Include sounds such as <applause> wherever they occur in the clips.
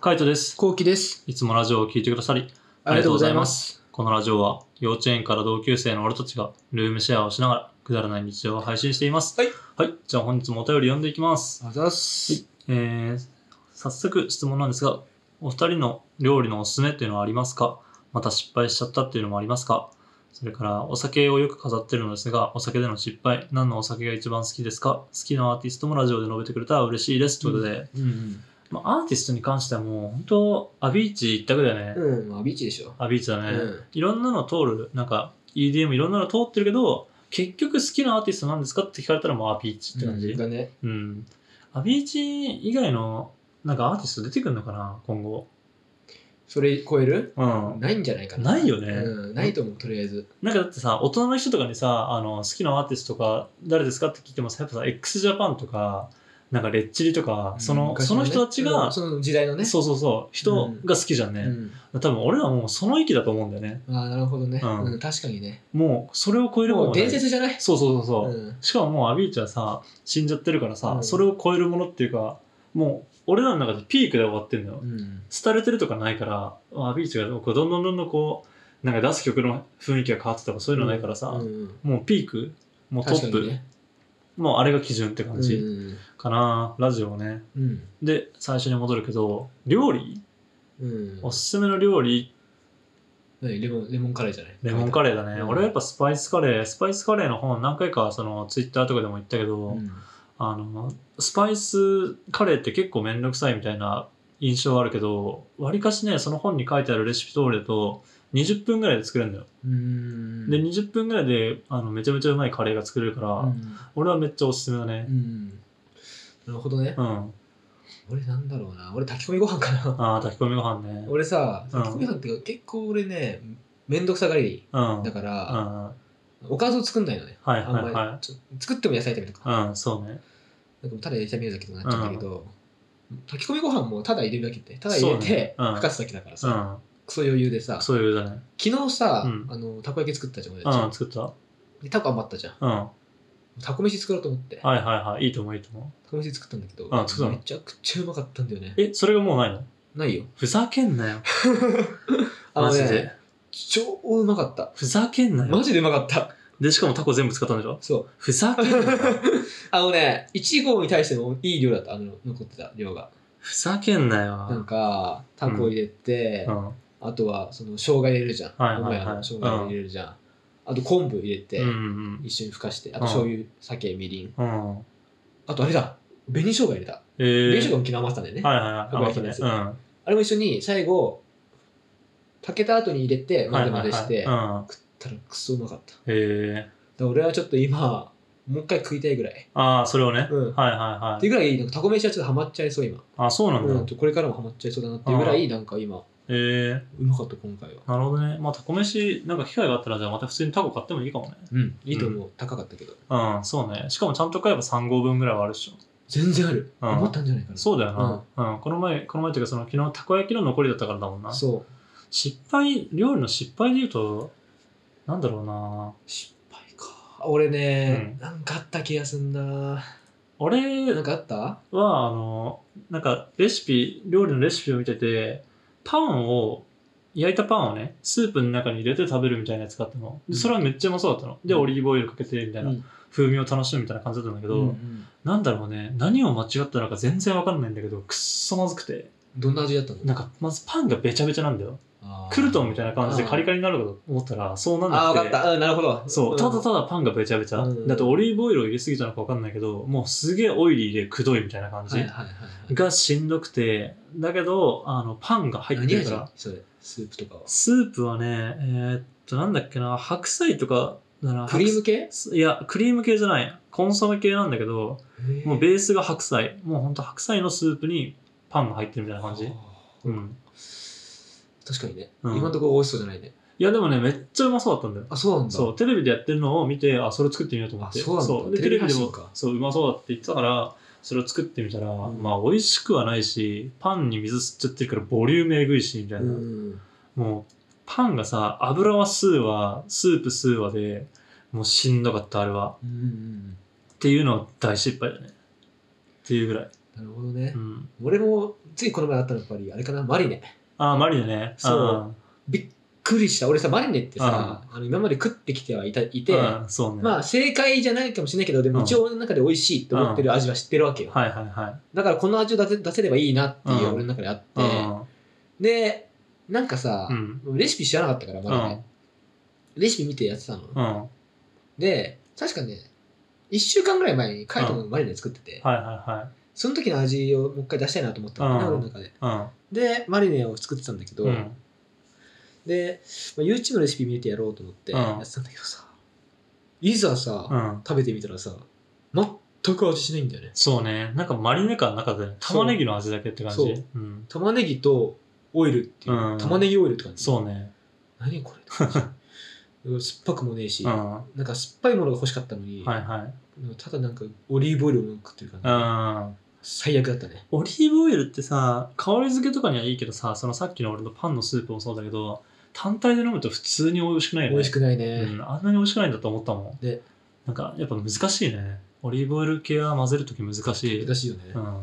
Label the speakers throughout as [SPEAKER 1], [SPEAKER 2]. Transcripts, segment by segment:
[SPEAKER 1] カイトです。
[SPEAKER 2] こうきです。
[SPEAKER 1] いつもラジオを聞いてくださり、
[SPEAKER 2] ありがとうございます。
[SPEAKER 1] このラジオは幼稚園から同級生の俺たちがルームシェアをしながらくだらない日常を配信しています。
[SPEAKER 2] はい。
[SPEAKER 1] はい。じゃあ本日もお便り読んでいきます。
[SPEAKER 2] あざっす。
[SPEAKER 1] えー、早速質問なんですが、お二人の料理のおすすめっていうのはありますかまた失敗しちゃったっていうのもありますかそれからお酒をよく飾ってるのですが、お酒での失敗、何のお酒が一番好きですか好きなアーティストもラジオで述べてくれたら嬉しいです。ということで、
[SPEAKER 2] うん、
[SPEAKER 1] まあ、アーティストに関してはもう本当アビーチ一択だよね、
[SPEAKER 2] うん。まあ、ビーチでしょ。
[SPEAKER 1] アビーチだね、
[SPEAKER 2] うん
[SPEAKER 1] いろんなの通るなんか EDM いろんなの通ってるけど結局好きなアーティストなんですかって聞かれたらもうアビーチって感じうん、
[SPEAKER 2] だね。
[SPEAKER 1] アビーチ以外のなんかアーティスト出てくるのかな今後
[SPEAKER 2] それ超える
[SPEAKER 1] うん
[SPEAKER 2] ないんじゃないかな。
[SPEAKER 1] ないよね
[SPEAKER 2] うん。ないと思う、とりあえず。
[SPEAKER 1] なんかだってさ大人の人とかにさあの好きなアーティストとか誰ですかって聞いてもさやっぱさ XJAPAN とかなんかレッチリとかその,、
[SPEAKER 2] 昔
[SPEAKER 1] その人たち
[SPEAKER 2] うん
[SPEAKER 1] が、
[SPEAKER 2] その時代のね。
[SPEAKER 1] そうそうそう人が好きじゃんね、
[SPEAKER 2] うん。
[SPEAKER 1] 多分俺らもうその域だと思うんだよね
[SPEAKER 2] ああ、なるほどね。
[SPEAKER 1] うん
[SPEAKER 2] うん。確かにね。
[SPEAKER 1] もうそれを超えるもの
[SPEAKER 2] も
[SPEAKER 1] は
[SPEAKER 2] う
[SPEAKER 1] ない
[SPEAKER 2] 伝説じゃない
[SPEAKER 1] そうそうそうそう、
[SPEAKER 2] うん。
[SPEAKER 1] しかももうアビーチはさ死んじゃってるからさ、
[SPEAKER 2] うん
[SPEAKER 1] それを超えるものっていうかもう俺らの中でピークで終わってんだよ、
[SPEAKER 2] うん。
[SPEAKER 1] 廃れてるとかないからアビーチがこうどんどんどんどんこうなんか出す曲の雰囲気が変わってたとかそういうのないからさ、
[SPEAKER 2] うん
[SPEAKER 1] もうピークもうト
[SPEAKER 2] 確
[SPEAKER 1] ッ
[SPEAKER 2] か
[SPEAKER 1] プ、
[SPEAKER 2] にね。
[SPEAKER 1] もうあれが基準って感
[SPEAKER 2] う
[SPEAKER 1] じ
[SPEAKER 2] ん。
[SPEAKER 1] かな、ラジオね
[SPEAKER 2] うん。
[SPEAKER 1] で最初に戻るけど料理
[SPEAKER 2] うん。
[SPEAKER 1] おすすめの料理
[SPEAKER 2] 何レモン、レモンカレーじゃない
[SPEAKER 1] レモンカレーだね、
[SPEAKER 2] うん
[SPEAKER 1] 俺はやっぱスパイスカレースパイスカレーの本何回かそのツイッターとかでも言ったけど、
[SPEAKER 2] うん。
[SPEAKER 1] あのスパイスカレーって結構面倒くさいみたいな印象はあるけどわりかしねその本に書いてあるレシピ通りだと20分ぐらいで作れるんだよ、
[SPEAKER 2] うん。
[SPEAKER 1] で20分ぐらいであのめちゃめちゃうまいカレーが作れるから、
[SPEAKER 2] うん
[SPEAKER 1] 俺はめっちゃおすすめだね
[SPEAKER 2] うん。なるほどね
[SPEAKER 1] う。ん、
[SPEAKER 2] 俺なんだろうな。俺炊き込みご飯か
[SPEAKER 1] <laughs>
[SPEAKER 2] な。
[SPEAKER 1] ああ炊き込みご飯ね
[SPEAKER 2] 俺さ
[SPEAKER 1] うん
[SPEAKER 2] 炊き込みご飯っていうか結構俺ねめんどくさがり
[SPEAKER 1] うん
[SPEAKER 2] だか
[SPEAKER 1] うん
[SPEAKER 2] ら、
[SPEAKER 1] は
[SPEAKER 2] おかずを作んないのね
[SPEAKER 1] い
[SPEAKER 2] あんま
[SPEAKER 1] はい
[SPEAKER 2] り、
[SPEAKER 1] は
[SPEAKER 2] ちょ作っても野菜炒めとか,、
[SPEAKER 1] いうんそうね
[SPEAKER 2] なんかただ炒めるだけとかなっちゃうんだけど、炊き込みご飯もただ入れるだけってただ入れ
[SPEAKER 1] そうね
[SPEAKER 2] て、
[SPEAKER 1] うん
[SPEAKER 2] ふかすだけだから
[SPEAKER 1] う
[SPEAKER 2] さ、
[SPEAKER 1] ん
[SPEAKER 2] クソ余裕でさ
[SPEAKER 1] そういうだね
[SPEAKER 2] 昨日さ、
[SPEAKER 1] うん
[SPEAKER 2] あのたこ焼き作ったじゃん俺たち、
[SPEAKER 1] うん作った
[SPEAKER 2] でたこ余ったじゃん
[SPEAKER 1] うんは
[SPEAKER 2] たこ飯作ろうと思って
[SPEAKER 1] いはいはいいいと思ういいと思う
[SPEAKER 2] たこ飯作ったんだけど、
[SPEAKER 1] うん作ったの
[SPEAKER 2] めちゃくちゃうまかったんだよね
[SPEAKER 1] えそれがもうないの
[SPEAKER 2] ないよ
[SPEAKER 1] ふざけんなよ
[SPEAKER 2] の
[SPEAKER 1] マ
[SPEAKER 2] ね
[SPEAKER 1] ジで
[SPEAKER 2] 超うまかった
[SPEAKER 1] ふざけんなよ
[SPEAKER 2] マジでうまかった
[SPEAKER 1] でしかもタコ全部使ったんでしょ
[SPEAKER 2] そう
[SPEAKER 1] ふざけんなよ
[SPEAKER 2] <laughs> あのね、1号に対してもいい量だった、あの残ってた量が。
[SPEAKER 1] ふざけんな
[SPEAKER 2] なん
[SPEAKER 1] よ
[SPEAKER 2] か、タコ入れて、
[SPEAKER 1] うん
[SPEAKER 2] あとは、その、生姜入れるじゃん。
[SPEAKER 1] はいはいはい
[SPEAKER 2] お前の生姜入れるじゃん。あと、昆布入れて、
[SPEAKER 1] うん
[SPEAKER 2] 一緒にふかして、
[SPEAKER 1] う
[SPEAKER 2] あ
[SPEAKER 1] ん
[SPEAKER 2] と、醤油、酒、みりん。
[SPEAKER 1] うんうん
[SPEAKER 2] あと、あれだ、紅生姜入れた。
[SPEAKER 1] え
[SPEAKER 2] 紅生
[SPEAKER 1] ー
[SPEAKER 2] 姜も昨日余ってたんだよね。
[SPEAKER 1] はいはいはい
[SPEAKER 2] たこ焼きのやつ
[SPEAKER 1] うん
[SPEAKER 2] あれも一緒に、最後、炊けた後に入れて、混ぜ混ぜして、
[SPEAKER 1] はいはいはいうん
[SPEAKER 2] 食ったらくそうまかった。だか
[SPEAKER 1] え
[SPEAKER 2] ら俺はちょっと今、もう一回食いたいぐらい。
[SPEAKER 1] ーああそれをね
[SPEAKER 2] うん。
[SPEAKER 1] はいはい
[SPEAKER 2] っ
[SPEAKER 1] は
[SPEAKER 2] て
[SPEAKER 1] い
[SPEAKER 2] いうぐらい、なんかタコ飯はちょっとハマっちゃいそう、今。
[SPEAKER 1] あそうなん
[SPEAKER 2] うん、
[SPEAKER 1] だ
[SPEAKER 2] これからもハマっちゃいそうだなっていうぐらい、なんか今、
[SPEAKER 1] え
[SPEAKER 2] うまかった今回は
[SPEAKER 1] ーなるほどねまあタコ飯なんか機会があったらじゃあまた普通にタコ買ってもいいかもね
[SPEAKER 2] うんいいと思う、高かったけど
[SPEAKER 1] うんそうねしかもちゃんと買えば3合分ぐらいはあるでしょ
[SPEAKER 2] 全然ある、
[SPEAKER 1] うん
[SPEAKER 2] 思ったんじゃないかな
[SPEAKER 1] そうだよな、うんこの前この前っていうかその昨日たこ焼きの残りだったからだもんな
[SPEAKER 2] そう
[SPEAKER 1] 失敗料理の失敗で言うとなんだろうな
[SPEAKER 2] 失敗か俺
[SPEAKER 1] う
[SPEAKER 2] ね、
[SPEAKER 1] ん
[SPEAKER 2] なんかあった気がすんな
[SPEAKER 1] 俺
[SPEAKER 2] なんかあった
[SPEAKER 1] はあのなんかレシピ料理のレシピを見ててパンを焼いたパンをねスープの中に入れて食べるみたいなやつがあったので
[SPEAKER 2] うん
[SPEAKER 1] それはめっちゃうまそうだったので
[SPEAKER 2] うん
[SPEAKER 1] オリーブオイルかけてみたいな、
[SPEAKER 2] うん
[SPEAKER 1] 風味を楽しむみたいな感じだったんだけど、
[SPEAKER 2] うんうん
[SPEAKER 1] なんだろうね何を間違ったのか全然わかんないんだけどくっそまずくて
[SPEAKER 2] どんな味だったの
[SPEAKER 1] なんかまずパンがべちゃべちゃなんだよ
[SPEAKER 2] あー
[SPEAKER 1] クルトンみたいな感じでカリ
[SPEAKER 2] あ
[SPEAKER 1] カリになるかと思ったらそうなん
[SPEAKER 2] ーあ
[SPEAKER 1] な
[SPEAKER 2] ー
[SPEAKER 1] く
[SPEAKER 2] 分
[SPEAKER 1] て
[SPEAKER 2] かったうんなるほど
[SPEAKER 1] そう、
[SPEAKER 2] ん
[SPEAKER 1] ただただパンがべちゃべちゃ。
[SPEAKER 2] うん
[SPEAKER 1] だってオリーブオイルを入れすぎたのかわかんないけど、もうすげえオイリーでくどいみたいな感じ
[SPEAKER 2] はいはいはいはい
[SPEAKER 1] がしんどくて、だけど、あの、パンが入って
[SPEAKER 2] 何
[SPEAKER 1] る
[SPEAKER 2] 味
[SPEAKER 1] から、
[SPEAKER 2] それスープとかは
[SPEAKER 1] スープはね、えーっと、なんだっけな、白菜とかだな。
[SPEAKER 2] クリーム系
[SPEAKER 1] 白菜いや、クリーム系じゃない。コンソメ系なんだけど、もうベースが白菜。もうほんと白菜のスープにパンが入ってるみたいな感じ。
[SPEAKER 2] あー
[SPEAKER 1] うん。
[SPEAKER 2] 確かにね、
[SPEAKER 1] うん
[SPEAKER 2] 今のところ美味しそうじゃないね
[SPEAKER 1] いや、でもね、めっちゃうまそうだったんだよ。
[SPEAKER 2] あそうなんだ
[SPEAKER 1] そうテレビでやってるのを見てあそれ作ってみようと思って
[SPEAKER 2] あそうなんだ
[SPEAKER 1] でテ
[SPEAKER 2] テ
[SPEAKER 1] レ
[SPEAKER 2] レビ
[SPEAKER 1] ビでも
[SPEAKER 2] 発信か
[SPEAKER 1] そううまそうだって言ってたからそれを作ってみたら、
[SPEAKER 2] うん
[SPEAKER 1] まあ美味しくはないしパンに水吸っちゃってるからボリュームえぐいしみたいな、
[SPEAKER 2] うん
[SPEAKER 1] もうパンがさ油は数はスープ数はでもうしんどかったあれは
[SPEAKER 2] うんうんうん
[SPEAKER 1] っていうのは大失敗だねっていうぐらい
[SPEAKER 2] なるほどね
[SPEAKER 1] う。ん。
[SPEAKER 2] 俺もついこの前あったのやっぱりあれかなマリネ。
[SPEAKER 1] ああ、マリネね。
[SPEAKER 2] そうびっくりした。俺さマリネってさ
[SPEAKER 1] あ
[SPEAKER 2] あの今まで食ってきてはいたい
[SPEAKER 1] うん。
[SPEAKER 2] て、
[SPEAKER 1] うんそうね。
[SPEAKER 2] まあ正解じゃないかもしれないけどでも一応俺の中で美味しいって思ってる味は知ってるわけよ。
[SPEAKER 1] はいはいはい。
[SPEAKER 2] だからこの味を出せ出せればいいなっていう
[SPEAKER 1] うん
[SPEAKER 2] 俺の中であって、
[SPEAKER 1] う
[SPEAKER 2] でなんかさ、
[SPEAKER 1] ん。
[SPEAKER 2] レシピ知らなかったからま
[SPEAKER 1] う
[SPEAKER 2] だ
[SPEAKER 1] ん
[SPEAKER 2] ね、。レシピ見てやってたの。
[SPEAKER 1] うん。はい
[SPEAKER 2] で確かね1週間ぐらい前にカイトのマリネ作ってて、
[SPEAKER 1] はいは
[SPEAKER 2] その時の味をもう一回出したいなと思ったのね、
[SPEAKER 1] うん
[SPEAKER 2] 俺の中で。
[SPEAKER 1] い。うん。
[SPEAKER 2] で、マリネを作ってたんだけど、
[SPEAKER 1] うん
[SPEAKER 2] で、まあ、YouTube のレシピ見てやろうと思って
[SPEAKER 1] うん
[SPEAKER 2] やってたんだけどさ、いざさ、
[SPEAKER 1] うん。
[SPEAKER 2] 食べてみたらさ、全く味しないんだよね。
[SPEAKER 1] そうね。なんかマリネ感なかったね。
[SPEAKER 2] そう
[SPEAKER 1] 玉ねぎの味だけって感じ。
[SPEAKER 2] そう
[SPEAKER 1] うん。
[SPEAKER 2] 玉ねぎとオイルっていう、
[SPEAKER 1] うん
[SPEAKER 2] 玉ねぎオイルって感じ。
[SPEAKER 1] そうね。
[SPEAKER 2] 何これ
[SPEAKER 1] <laughs>
[SPEAKER 2] うん酸っぱくもねえし、
[SPEAKER 1] うん。は
[SPEAKER 2] なんか酸っぱいものが欲しかったのに、
[SPEAKER 1] いはい。
[SPEAKER 2] ただなんかオリーブオイルを食ってる感
[SPEAKER 1] う
[SPEAKER 2] じ、
[SPEAKER 1] ん。
[SPEAKER 2] 最悪だったね。
[SPEAKER 1] オリーブオイルってさ香り付けとかにはいいけどさそのさっきの俺のパンのスープもそうだけど単体で飲むと普通に美味しくないよね
[SPEAKER 2] 美味しくないね。
[SPEAKER 1] うん、あんなに美味しくないんだと思ったもん
[SPEAKER 2] で
[SPEAKER 1] なんかやっぱ難しいねオリーブオイル系は混ぜるとき難しい
[SPEAKER 2] 難しいよね。
[SPEAKER 1] うん、っ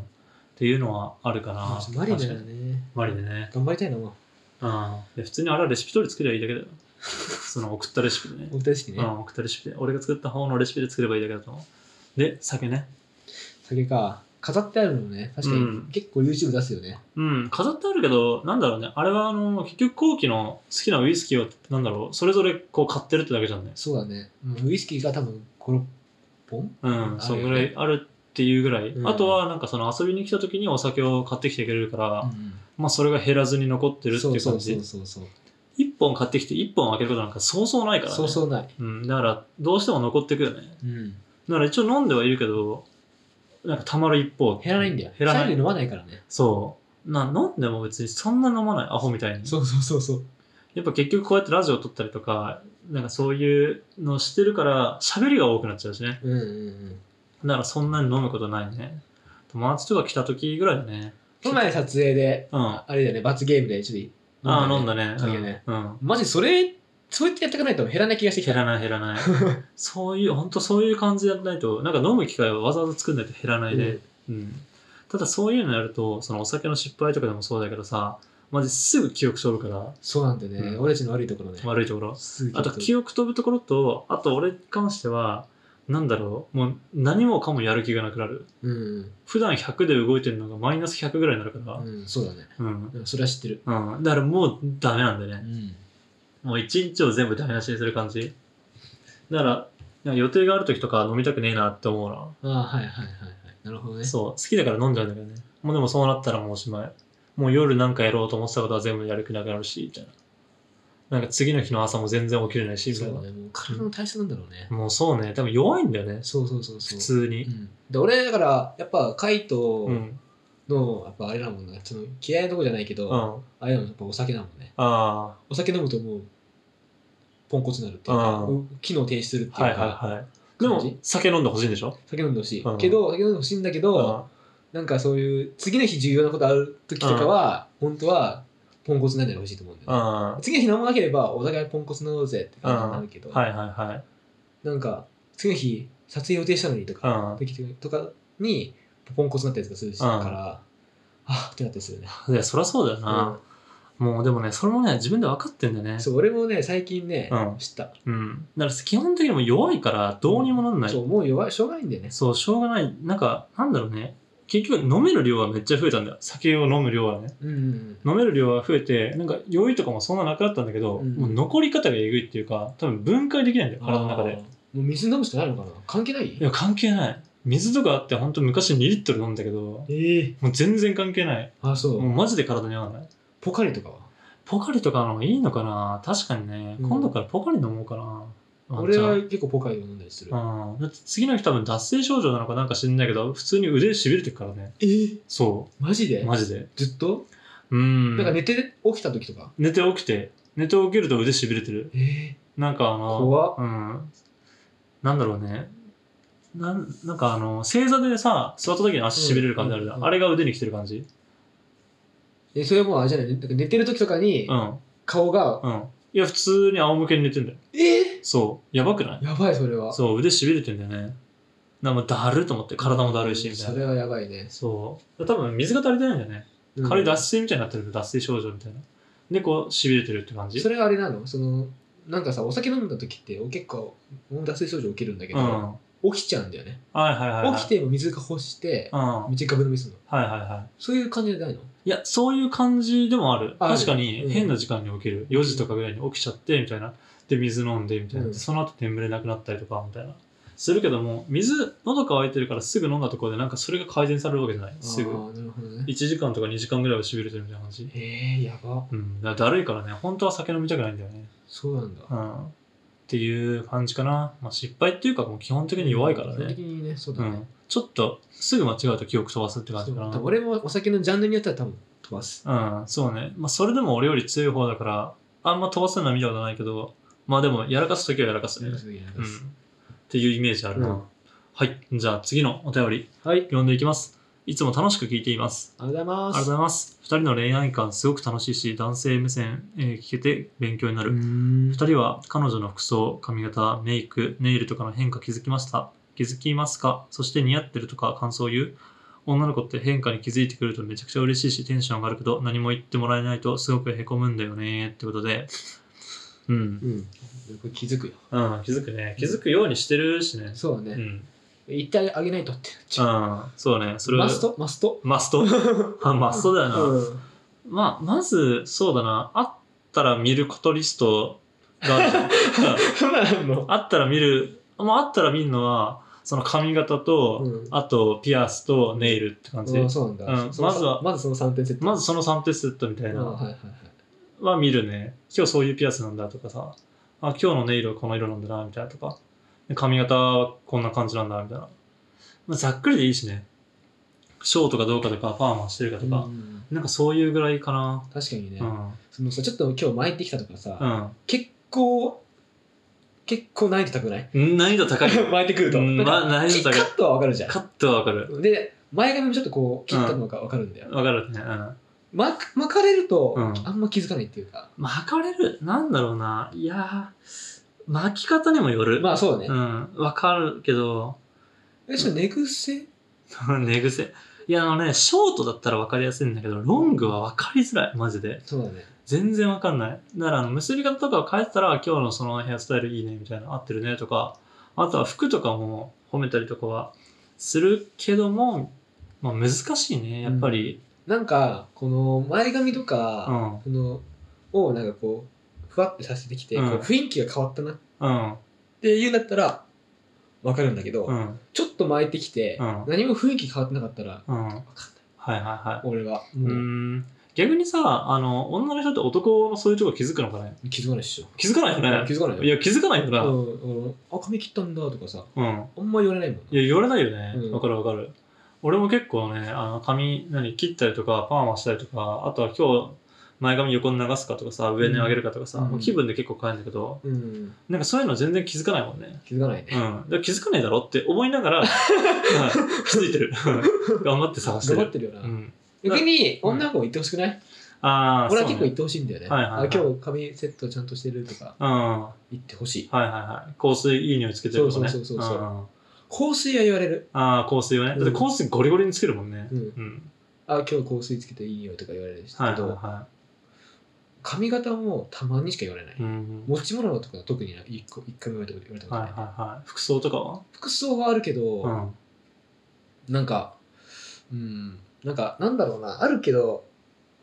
[SPEAKER 1] ていうのはあるかな
[SPEAKER 2] マリネ
[SPEAKER 1] 確
[SPEAKER 2] だ
[SPEAKER 1] かに
[SPEAKER 2] ね。
[SPEAKER 1] マリネね、
[SPEAKER 2] 頑張りたいな、もう。
[SPEAKER 1] うん、いや普通にあれはレシピ通り作ればいいだけだよ <laughs> その送ったレシピでね、
[SPEAKER 2] お二人式ね
[SPEAKER 1] う。ん、送ったレシピで俺が作った方のレシピで作ればいいだけだと思うで酒ね
[SPEAKER 2] 酒か。飾ってあるのね。確かに、
[SPEAKER 1] うん
[SPEAKER 2] 結構 YouTube 出すよね。
[SPEAKER 1] うん、飾ってあるけど、なんだろうね、あれはあの結局、後期の好きなウイスキーを、なんだろう、それぞれこう買ってるってだけじゃんね。
[SPEAKER 2] そうだね。うんウイスキーが多分5、6本
[SPEAKER 1] うん、
[SPEAKER 2] ね
[SPEAKER 1] そんぐらいあるっていうぐらい。
[SPEAKER 2] うん
[SPEAKER 1] あとは、なんかその遊びに来た時にお酒を買ってきてくれるから、
[SPEAKER 2] うん
[SPEAKER 1] まあそれが減らずに残ってるって
[SPEAKER 2] そ
[SPEAKER 1] いうう
[SPEAKER 2] そ
[SPEAKER 1] 感
[SPEAKER 2] うそ
[SPEAKER 1] じ
[SPEAKER 2] う。そうそう。
[SPEAKER 1] 一本買ってきて一本開けることなんかそうそうないからね。
[SPEAKER 2] そうそうない。
[SPEAKER 1] うん、だから、どうしても残ってくよね。
[SPEAKER 2] うん。
[SPEAKER 1] だから一応飲んではいるけど、なんかたまる一方。
[SPEAKER 2] 減らないんだよ。
[SPEAKER 1] 減らない
[SPEAKER 2] 最後に飲まないからね。
[SPEAKER 1] そう。な飲んでも別にそんな飲まない、アホみたいに。
[SPEAKER 2] そうそうそうそう。
[SPEAKER 1] やっぱ結局こうやってラジオ撮ったりとか、なんかそういうのしてるから、喋りが多くなっちゃうしね。
[SPEAKER 2] うんうんうん。
[SPEAKER 1] だからそんなに飲むことないね。友達とか来た時ぐらいだね。
[SPEAKER 2] この前撮影で、
[SPEAKER 1] うん。あ
[SPEAKER 2] あれだよね、罰ゲームでちょっと
[SPEAKER 1] あー、
[SPEAKER 2] よ
[SPEAKER 1] 飲んだね。
[SPEAKER 2] 酒ね
[SPEAKER 1] うん。うん
[SPEAKER 2] マジそれ、そうやってやっていかないと減らない気がしてき
[SPEAKER 1] 減
[SPEAKER 2] た。
[SPEAKER 1] らない減ら <laughs> ない。そういう、本当そういう感じやらないと、なんか飲む機会をわざわざ作んないと減らないで。うん。ただそういうのやると、そのお酒の失敗とかでもそうだけどさ、マジすぐ記憶飛ぶから、
[SPEAKER 2] そうなんだよね。
[SPEAKER 1] うん
[SPEAKER 2] 俺たちの悪いところね。
[SPEAKER 1] 悪いところ。
[SPEAKER 2] すぐ
[SPEAKER 1] あと記憶飛ぶところと、あと俺に関しては、なんだろう、もう何もかもやる気がなくなる。
[SPEAKER 2] うんうん
[SPEAKER 1] 普段100で動いてるのがマイナス100ぐらいになるから、
[SPEAKER 2] うん、そうだね。
[SPEAKER 1] うん。
[SPEAKER 2] うんそれは知ってる。
[SPEAKER 1] うん。だからもうダメなんだよ
[SPEAKER 2] う
[SPEAKER 1] ね。
[SPEAKER 2] ん。
[SPEAKER 1] もう一日を全部ダメ出しにする感じ。だから、なんか予定がある時とか飲みたくねえなって思うな。
[SPEAKER 2] ああ、はいはいはいはい。なるほどね。
[SPEAKER 1] そう、好きだから飲んじゃうんだけどね。もうでもそうなったらもうおしまい。もう夜なんかやろうと思ってたことは全部やる気なくなるし、みたいな。なんか次の日の朝も全然起きれないし、みた
[SPEAKER 2] そ
[SPEAKER 1] いう
[SPEAKER 2] だ
[SPEAKER 1] な。
[SPEAKER 2] ね。もう体の体質なんだろうね。
[SPEAKER 1] もうそうね、多分弱いんだよね、
[SPEAKER 2] そうそうそうそう。
[SPEAKER 1] 普通に
[SPEAKER 2] う。ん、で俺、だから、やっぱ、カイト
[SPEAKER 1] うん。
[SPEAKER 2] の、やっぱあれだもんな、その嫌いなとこじゃないけど、
[SPEAKER 1] うん。
[SPEAKER 2] あ
[SPEAKER 1] あ
[SPEAKER 2] れだもん、やっぱお酒だもんね。
[SPEAKER 1] あ
[SPEAKER 2] お酒飲むともう、ポンコツになるっていうか、
[SPEAKER 1] う
[SPEAKER 2] 機能停止するっていう
[SPEAKER 1] ー。
[SPEAKER 2] か、
[SPEAKER 1] はいはいはい。でも、酒飲んでほしいんでしょ
[SPEAKER 2] 酒飲んでほしい、
[SPEAKER 1] うん
[SPEAKER 2] けど、酒飲んでほしいんだけ
[SPEAKER 1] う
[SPEAKER 2] ど、
[SPEAKER 1] ん。
[SPEAKER 2] なんかそういう、次の日重要なことある時とかは、本当は、ポンコツになるのがほしいと思うんだよね、
[SPEAKER 1] うん。
[SPEAKER 2] 次の日何もなければ、お互いポンコツになろうぜって
[SPEAKER 1] うん。
[SPEAKER 2] 感じにな
[SPEAKER 1] は
[SPEAKER 2] るけ
[SPEAKER 1] い
[SPEAKER 2] ど、
[SPEAKER 1] はいはい。
[SPEAKER 2] なんか、次の日、撮影予定したのにと
[SPEAKER 1] う
[SPEAKER 2] か、
[SPEAKER 1] ん。
[SPEAKER 2] 時とかに、ポンコツになったりとかするし、
[SPEAKER 1] うん
[SPEAKER 2] から、あってなったりするね。
[SPEAKER 1] いや、そりゃそうだよな。もうでもね、それもね、自分で分かってんだよね。
[SPEAKER 2] そう、俺もね、最近ね、
[SPEAKER 1] うん
[SPEAKER 2] 知った。
[SPEAKER 1] うん。だから基本的にもう弱いから、どうにもなんない。
[SPEAKER 2] そう、もう弱い、しょうがないんだよね。
[SPEAKER 1] そう、しょうがない。なんか、なんだろうね。結局、飲める量はめっちゃ増えたんだよ。酒を飲む量はね。
[SPEAKER 2] うんうん
[SPEAKER 1] 飲める量は増えて、なんか、酔いとかもそんななくなったんだけど、
[SPEAKER 2] うん
[SPEAKER 1] もう残り方がえぐいっていうか、多分分解できないんだよ、
[SPEAKER 2] うん。
[SPEAKER 1] 体の中
[SPEAKER 2] あー
[SPEAKER 1] で
[SPEAKER 2] も。う水飲むしかないのかな関係ない
[SPEAKER 1] いや、関係ない。水とかあって、ほんと昔2リットル飲んだけど、
[SPEAKER 2] ええ
[SPEAKER 1] もう全然関係ない。
[SPEAKER 2] あ、そう。
[SPEAKER 1] もうマジで体に合わない。
[SPEAKER 2] ポカリとかは
[SPEAKER 1] ポカリとかの方がいいのかな確かにね。
[SPEAKER 2] うん
[SPEAKER 1] 今度からポカリ飲もうかな。ワン
[SPEAKER 2] 俺
[SPEAKER 1] チャン
[SPEAKER 2] は結構ポカリを飲んだりする。
[SPEAKER 1] うん、だって次の日多分脱水症状なのかなんか知んないけど普通に腕しびれてるからね
[SPEAKER 2] えー
[SPEAKER 1] そ
[SPEAKER 2] マジで
[SPEAKER 1] うマジで
[SPEAKER 2] ずっと
[SPEAKER 1] うん
[SPEAKER 2] なんか寝て起きた時とか。
[SPEAKER 1] 寝て起きて寝て起きると腕しびれてる
[SPEAKER 2] ええ
[SPEAKER 1] なんかあの
[SPEAKER 2] 怖っ
[SPEAKER 1] うんなんだろうねなんなんかあの正座でさ座った時に足しびれる感じあるじゃん、
[SPEAKER 2] うんうんうん
[SPEAKER 1] あれが腕に来てる感じ
[SPEAKER 2] えそれはもうあれじゃないなんか寝てる時とかに
[SPEAKER 1] うん
[SPEAKER 2] 顔が、
[SPEAKER 1] うんいや普通に仰向けに寝てんだよ
[SPEAKER 2] ええ
[SPEAKER 1] そうやばくない
[SPEAKER 2] やばいそれは。
[SPEAKER 1] そう腕しびれてんだよねなんかもうだるいと思って、体もだるいし、みたい
[SPEAKER 2] そ
[SPEAKER 1] な。
[SPEAKER 2] れはやばいね。
[SPEAKER 1] そう。多分水が足りてないんだよね。
[SPEAKER 2] うん
[SPEAKER 1] 軽い脱水みたいになってる脱水症状みたいな。で、こう、痺れてるって感じ。
[SPEAKER 2] それはあれなのその、なんかさ、お酒飲んだ時って、結構、脱水症状起きるんだけ
[SPEAKER 1] うん。
[SPEAKER 2] ど、
[SPEAKER 1] は
[SPEAKER 2] 起きちゃうんだよね。
[SPEAKER 1] いはいはい、はい。
[SPEAKER 2] 起きても水が干して
[SPEAKER 1] う、ん。はい
[SPEAKER 2] めっちゃガブ飲みするの。
[SPEAKER 1] はいはい。
[SPEAKER 2] そういう感じじゃないの
[SPEAKER 1] いや、そういう感じでもある。
[SPEAKER 2] ある
[SPEAKER 1] 確かに
[SPEAKER 2] う、ん
[SPEAKER 1] 変な時間に起きる。4時とかぐらいに起きちゃって、みたいな。で、水飲んで、みたいな。
[SPEAKER 2] うん
[SPEAKER 1] その後眠れなくなったりとか、みたいな。するけども、水、喉乾いてるからすぐ飲んだところで、なんかそれが改善されるわけじゃない。すぐ。
[SPEAKER 2] ああ、なるほどね。
[SPEAKER 1] 1時間とか2時間ぐらいは痺れてるみたいな感じ。
[SPEAKER 2] えー、やば。
[SPEAKER 1] うん。だだるいからね、本当は酒飲みたくないんだよね。
[SPEAKER 2] そうなんだ。
[SPEAKER 1] うん。っていう感じかな。まあ、失敗っていうか、もう基本的に弱いから
[SPEAKER 2] 基本
[SPEAKER 1] ね
[SPEAKER 2] 的。にね、そう
[SPEAKER 1] う
[SPEAKER 2] だね
[SPEAKER 1] ん。。ちょっと、すぐ間違うと記憶飛ばすって感
[SPEAKER 2] そ
[SPEAKER 1] じ
[SPEAKER 2] う
[SPEAKER 1] か
[SPEAKER 2] 多
[SPEAKER 1] な。
[SPEAKER 2] 分俺もお酒のジャンルによっては多分飛ばす。
[SPEAKER 1] うん、そうね。まあ、それでも俺より強い方だから、あんま飛ばすのは見たことないけど、まあでも、やらかすときはやらかすね。うん。っていうイメージあるな。
[SPEAKER 2] うん
[SPEAKER 1] はい。じゃあ次のお便り、
[SPEAKER 2] はい。
[SPEAKER 1] 読んでいきます。いつも楽しく聞いています。
[SPEAKER 2] ありがとうござい
[SPEAKER 1] ありが
[SPEAKER 2] ま
[SPEAKER 1] とうご
[SPEAKER 2] す。
[SPEAKER 1] ざいます。二人の恋愛観すごく楽しいし、男性目線、えー聞けて勉強になる。
[SPEAKER 2] ん
[SPEAKER 1] 2人は彼女の服装髪型メイクネイルとかの変化気づきました気づきますかそして似合ってるとか感想を言う女の子って変化に気づいてくるとめちゃくちゃ嬉しいしテンション上がるけど何も言ってもらえないとすごくへこむんだよねってことでうん、
[SPEAKER 2] うん。これ気づくよ。
[SPEAKER 1] うん、気づくね気づくようにしてるしね
[SPEAKER 2] そう
[SPEAKER 1] う
[SPEAKER 2] だね。
[SPEAKER 1] ん、
[SPEAKER 2] 言ってあげないとって。
[SPEAKER 1] うん、そうねそれは
[SPEAKER 2] マストマスト
[SPEAKER 1] マストあマストだよな、
[SPEAKER 2] うん
[SPEAKER 1] まあまずそうだなあったら見ることリストがあるじ
[SPEAKER 2] <laughs>
[SPEAKER 1] ゃんうん
[SPEAKER 2] そんなのあんの
[SPEAKER 1] あったら見る、まあ、あったら見るのは、その髪型と、
[SPEAKER 2] うん
[SPEAKER 1] あとピアスとネイルって感じ。
[SPEAKER 2] うんそうなんだ。
[SPEAKER 1] うん
[SPEAKER 2] その
[SPEAKER 1] まずは
[SPEAKER 2] まずその3点セット。
[SPEAKER 1] まずその3点セットみたい
[SPEAKER 2] うんはい
[SPEAKER 1] な
[SPEAKER 2] はいはい。
[SPEAKER 1] は見るね。今日そういうピアスなんだとかさ、あ今日のネイルはこの色なんだなみたいなとか、で髪型はこんな感じなんだみたいな。まあ、ざっくりでいいしね。ショートかどうかとか、パーマしてるかとか
[SPEAKER 2] う、ん
[SPEAKER 1] なんかそういうぐらいかな。
[SPEAKER 2] 確かにね
[SPEAKER 1] う。ん。
[SPEAKER 2] そのさ、ちょっと今日巻いてきたとか
[SPEAKER 1] う
[SPEAKER 2] さ、
[SPEAKER 1] ん。
[SPEAKER 2] 結構、結構難易度高くない <laughs>
[SPEAKER 1] 難易度高い。
[SPEAKER 2] 巻いてくると。
[SPEAKER 1] うんま
[SPEAKER 2] なんか
[SPEAKER 1] 難易度高い
[SPEAKER 2] カットはわかるじゃん
[SPEAKER 1] カ。ットはわかる。
[SPEAKER 2] で前髪もちょっとこう切ったのが分かるんだよ、
[SPEAKER 1] わかるね。うん。
[SPEAKER 2] 巻く巻かれると、
[SPEAKER 1] うん
[SPEAKER 2] あんま気づかないっていうか
[SPEAKER 1] 巻かれるなんだろうないやー巻き方にもよる、
[SPEAKER 2] まあそうだ
[SPEAKER 1] う
[SPEAKER 2] ね、
[SPEAKER 1] んわかるけど <laughs>
[SPEAKER 2] えちょっと寝癖
[SPEAKER 1] 寝癖いやあのねショートだったらわかりやすいんだけどロングはわかりづらいマジで
[SPEAKER 2] そうだね
[SPEAKER 1] 全然わかんないだからあの結び方とかを変えてたら今日のそのヘアスタイルいいねみたいな合ってるねとかあとは服とかも褒めたりとかはするけども、まあ、難しいねやっぱり
[SPEAKER 2] なんかこの前髪と
[SPEAKER 1] う
[SPEAKER 2] か、
[SPEAKER 1] ん
[SPEAKER 2] このをなんかこうふわってさせてきて、
[SPEAKER 1] うん
[SPEAKER 2] こう雰囲気が変わったなっ
[SPEAKER 1] うん
[SPEAKER 2] ていうんだったら分かるんだけど、
[SPEAKER 1] うん
[SPEAKER 2] ちょっと巻いてきて、
[SPEAKER 1] うん
[SPEAKER 2] 何も雰囲気変わってなかったら
[SPEAKER 1] うんはい
[SPEAKER 2] 分かん
[SPEAKER 1] はいはい
[SPEAKER 2] ない俺は
[SPEAKER 1] う
[SPEAKER 2] も
[SPEAKER 1] ー
[SPEAKER 2] うん
[SPEAKER 1] 逆にさあの女の人って男のそういうとこ気づくのかね
[SPEAKER 2] 気づかないっしょ
[SPEAKER 1] 気づかないよ
[SPEAKER 2] 気
[SPEAKER 1] ね
[SPEAKER 2] づかないよ
[SPEAKER 1] いや気づかないよな
[SPEAKER 2] う
[SPEAKER 1] うん、
[SPEAKER 2] んうん、あ髪切ったんだとかさあんま言われないもん
[SPEAKER 1] いや言われないよね
[SPEAKER 2] うん
[SPEAKER 1] わ、かるわかる俺も結構ねあの髪何切ったりとかパーマしたりとかあとは今日前髪横に流すかとかさ上に上げるかとかさ、
[SPEAKER 2] うん
[SPEAKER 1] もう気分で結構変えるんだけど
[SPEAKER 2] うん
[SPEAKER 1] なんかそういうの全然気づかないもんね
[SPEAKER 2] 気づかないね、
[SPEAKER 1] うん、で気づかないだろって思いなが
[SPEAKER 2] <laughs>
[SPEAKER 1] ら、うん気づいてる頑張って探して
[SPEAKER 2] 頑
[SPEAKER 1] る
[SPEAKER 2] 張ってるよな、
[SPEAKER 1] うん、
[SPEAKER 2] 逆に
[SPEAKER 1] うん
[SPEAKER 2] 女の子も言ってほしくない、
[SPEAKER 1] ああ
[SPEAKER 2] 俺は結構言ってほしいんだよね、
[SPEAKER 1] はいはいはい
[SPEAKER 2] あ今日髪セットちゃんとしてるとか
[SPEAKER 1] うんは
[SPEAKER 2] 言ってほしい
[SPEAKER 1] いはいはい香水いい匂いつけてるとかね
[SPEAKER 2] そうそうそうそうそうん香水は言われる
[SPEAKER 1] ああ、香水はね。だって香水ゴリゴリにつけるもんね。
[SPEAKER 2] うん
[SPEAKER 1] うん。
[SPEAKER 2] あ今日香水つけていいよとか言われるんですけど、
[SPEAKER 1] はいはいは
[SPEAKER 2] 髪型もたまにしか言われない、
[SPEAKER 1] い。うん。
[SPEAKER 2] 持ち物とか特に一個一回も言われたこと言われたこと
[SPEAKER 1] はい
[SPEAKER 2] な、
[SPEAKER 1] はいいはい。服装とかは
[SPEAKER 2] 服装はあるけど、
[SPEAKER 1] うん。
[SPEAKER 2] なんかうんなんかなんだろうなあるけど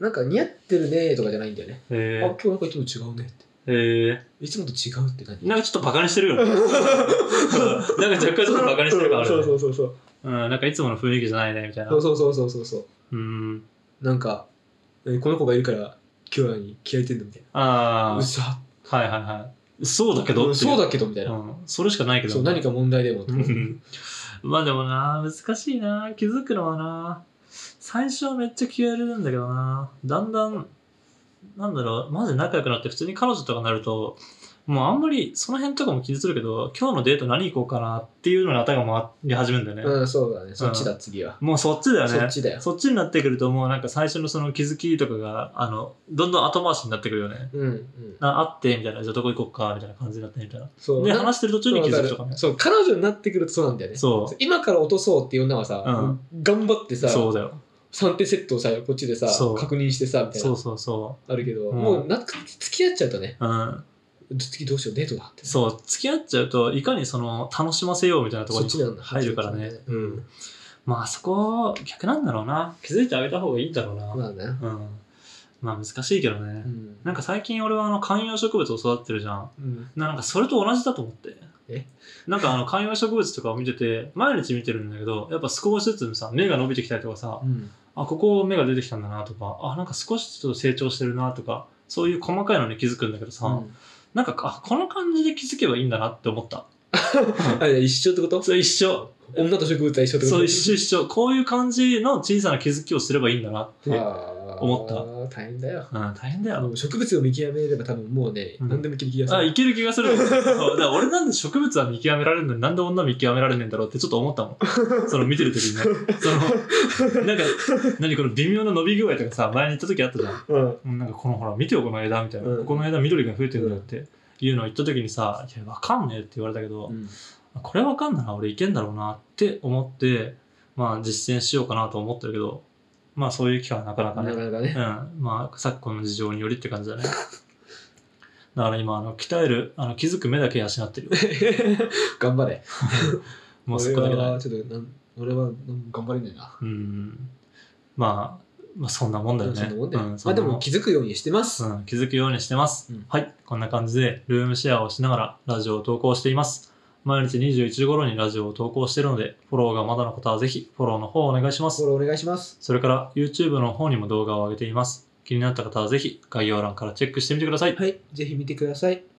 [SPEAKER 2] なんか似合ってるねとかじゃないんだよね、
[SPEAKER 1] へ
[SPEAKER 2] あ今日なんかいつもと違うねって
[SPEAKER 1] え。へえ。
[SPEAKER 2] いつもと違うって <laughs> 何
[SPEAKER 1] なんかちょっとバカにしてるよね。なんか若干ちょっとバカにしてる感ある、ね。
[SPEAKER 2] そうそうそうそう
[SPEAKER 1] うん。なんかいつもの雰囲気じゃないね、みたいな。
[SPEAKER 2] そうそうそうそうそうそう
[SPEAKER 1] うん。
[SPEAKER 2] なんか、えーこの子がいるから、今日はに気合い入れてんだみたいな。
[SPEAKER 1] あ
[SPEAKER 2] うっさ
[SPEAKER 1] あ。はいはいはい。そうだけどっ
[SPEAKER 2] うん
[SPEAKER 1] てい
[SPEAKER 2] そうだけどみたいな。
[SPEAKER 1] うん。それしかないけど。
[SPEAKER 2] そう何か問題でもと
[SPEAKER 1] う
[SPEAKER 2] か。
[SPEAKER 1] ん。まあでもな、難しいな。気づくのはな。最初はめっちゃ気合い入れるんだけどな。だんだん、なんだろう、まず仲良くなって、普通に彼女とかになると、もうあんまりその辺とかも気にするけど、今日のデート何行こうかなっていうのに頭が回り始めるんだよね。
[SPEAKER 2] うん、そうだね。そっちだ、次は。
[SPEAKER 1] もうそっちだよね。
[SPEAKER 2] そっちだよ。
[SPEAKER 1] そっちになってくるともうなんか最初のその気づきとかがあのどんどん後回しになってくるよね。
[SPEAKER 2] うん、うん。
[SPEAKER 1] なあってみたいなじゃあどこ行こうかみたいな感じになってみたいな。
[SPEAKER 2] そう。
[SPEAKER 1] で
[SPEAKER 2] な
[SPEAKER 1] 話してる途中に気づくとかね。
[SPEAKER 2] そう、彼女になってくるとそうなんだよね。
[SPEAKER 1] そ
[SPEAKER 2] 今から落とそうっていう女はさ、
[SPEAKER 1] う
[SPEAKER 2] 頑張って
[SPEAKER 1] う
[SPEAKER 2] さ、
[SPEAKER 1] そうだよ。
[SPEAKER 2] 3手セットをさ、こっちでさ
[SPEAKER 1] そう、
[SPEAKER 2] 確認してさ、みたい
[SPEAKER 1] そう
[SPEAKER 2] な、
[SPEAKER 1] そうそ
[SPEAKER 2] あるけど、
[SPEAKER 1] うん
[SPEAKER 2] もうなんか付き合っちゃうとね、
[SPEAKER 1] う。うん。
[SPEAKER 2] 次どうしよう、デートだって。
[SPEAKER 1] そう付き合っちゃうといかにその楽しませようみたいなとこ
[SPEAKER 2] そ
[SPEAKER 1] ろ
[SPEAKER 2] っちなん
[SPEAKER 1] に
[SPEAKER 2] だ。
[SPEAKER 1] 入るからね。
[SPEAKER 2] う
[SPEAKER 1] うん
[SPEAKER 2] ん。。
[SPEAKER 1] まあそこ逆なんだろうな。気づいてあげた方がいいんだろうな。
[SPEAKER 2] まあね。
[SPEAKER 1] うん。まあ難しいけどね。
[SPEAKER 2] うん。
[SPEAKER 1] なんか最近俺はあの観葉植物を育ててるじゃん。
[SPEAKER 2] うん、
[SPEAKER 1] なんかそれと同じだと思って
[SPEAKER 2] え
[SPEAKER 1] なんかあの観葉植物とかを見てて毎日見てるんだけどやっぱ少しずつさ芽が伸びてきたりとかさ
[SPEAKER 2] うん。
[SPEAKER 1] あここ芽が出てきたんだなとかあなんか少しちょっと成長してるなとかそういう細かいのに気づくんだけどさ、
[SPEAKER 2] うん
[SPEAKER 1] なんかあこの感じで気づけばいいんだなって思った
[SPEAKER 2] あれ一緒ってこと
[SPEAKER 1] そう一緒
[SPEAKER 2] 女と植物は一緒ってこと
[SPEAKER 1] そう一緒一緒こういう感じの小さな気づきをすればいいんだなって、うん、思
[SPEAKER 2] 思った。大変だよ。
[SPEAKER 1] 大変だ
[SPEAKER 2] あ
[SPEAKER 1] よ
[SPEAKER 2] の植物を見極めれば多分もうね、
[SPEAKER 1] うん
[SPEAKER 2] 何でもいける気がす
[SPEAKER 1] あ
[SPEAKER 2] る。
[SPEAKER 1] いける気がす
[SPEAKER 2] <laughs>
[SPEAKER 1] るそうだから俺なんで植物は見極められるのになんで女見極められねえんだろうってちょっと思ったもん
[SPEAKER 2] <laughs>
[SPEAKER 1] その見てる時にね。その、なんか、何この微妙な伸び具合とかさ、前に行った時あったじゃん。
[SPEAKER 2] うん。
[SPEAKER 1] うんなんかこのほら、見てよこの枝みたいな。
[SPEAKER 2] うん
[SPEAKER 1] ここの枝緑が増えてるんだよって。いうのを言った時にさ「いやわかんねえ」って言われたけど、これわかんなら俺いけんだろうなって思ってまあ実践しようかなと思ってるけどまあそういう機会はなかなかね
[SPEAKER 2] なかなかね。 <laughs>
[SPEAKER 1] うん、まあ昨今の事情によりって感じだねだから今あの鍛えるあの気づく目だけ養ってるよ
[SPEAKER 2] 頑張れ。
[SPEAKER 1] もうそこだけだ
[SPEAKER 2] 俺
[SPEAKER 1] ね
[SPEAKER 2] はちょっとなん、俺はなん頑張れないな。
[SPEAKER 1] うんまあ、まあそんなもんだよね。
[SPEAKER 2] そんなもんだよ。
[SPEAKER 1] う
[SPEAKER 2] ま
[SPEAKER 1] そ
[SPEAKER 2] あ
[SPEAKER 1] んな
[SPEAKER 2] で
[SPEAKER 1] もん
[SPEAKER 2] も気づくようにしてます。
[SPEAKER 1] うん気づくようにしてます、
[SPEAKER 2] うん
[SPEAKER 1] はい、こんな感じでルームシェアをしながらラジオを投稿しています。毎日21時頃にラジオを投稿しているので、フォローがまだの方はぜひフォローの方をお願いしま
[SPEAKER 2] こ
[SPEAKER 1] す。
[SPEAKER 2] れお願いします。
[SPEAKER 1] それから YouTube の方にも動画を上げています。気になった方はぜひ概要欄からチェックしてみてください。
[SPEAKER 2] はい、ぜひ見てください。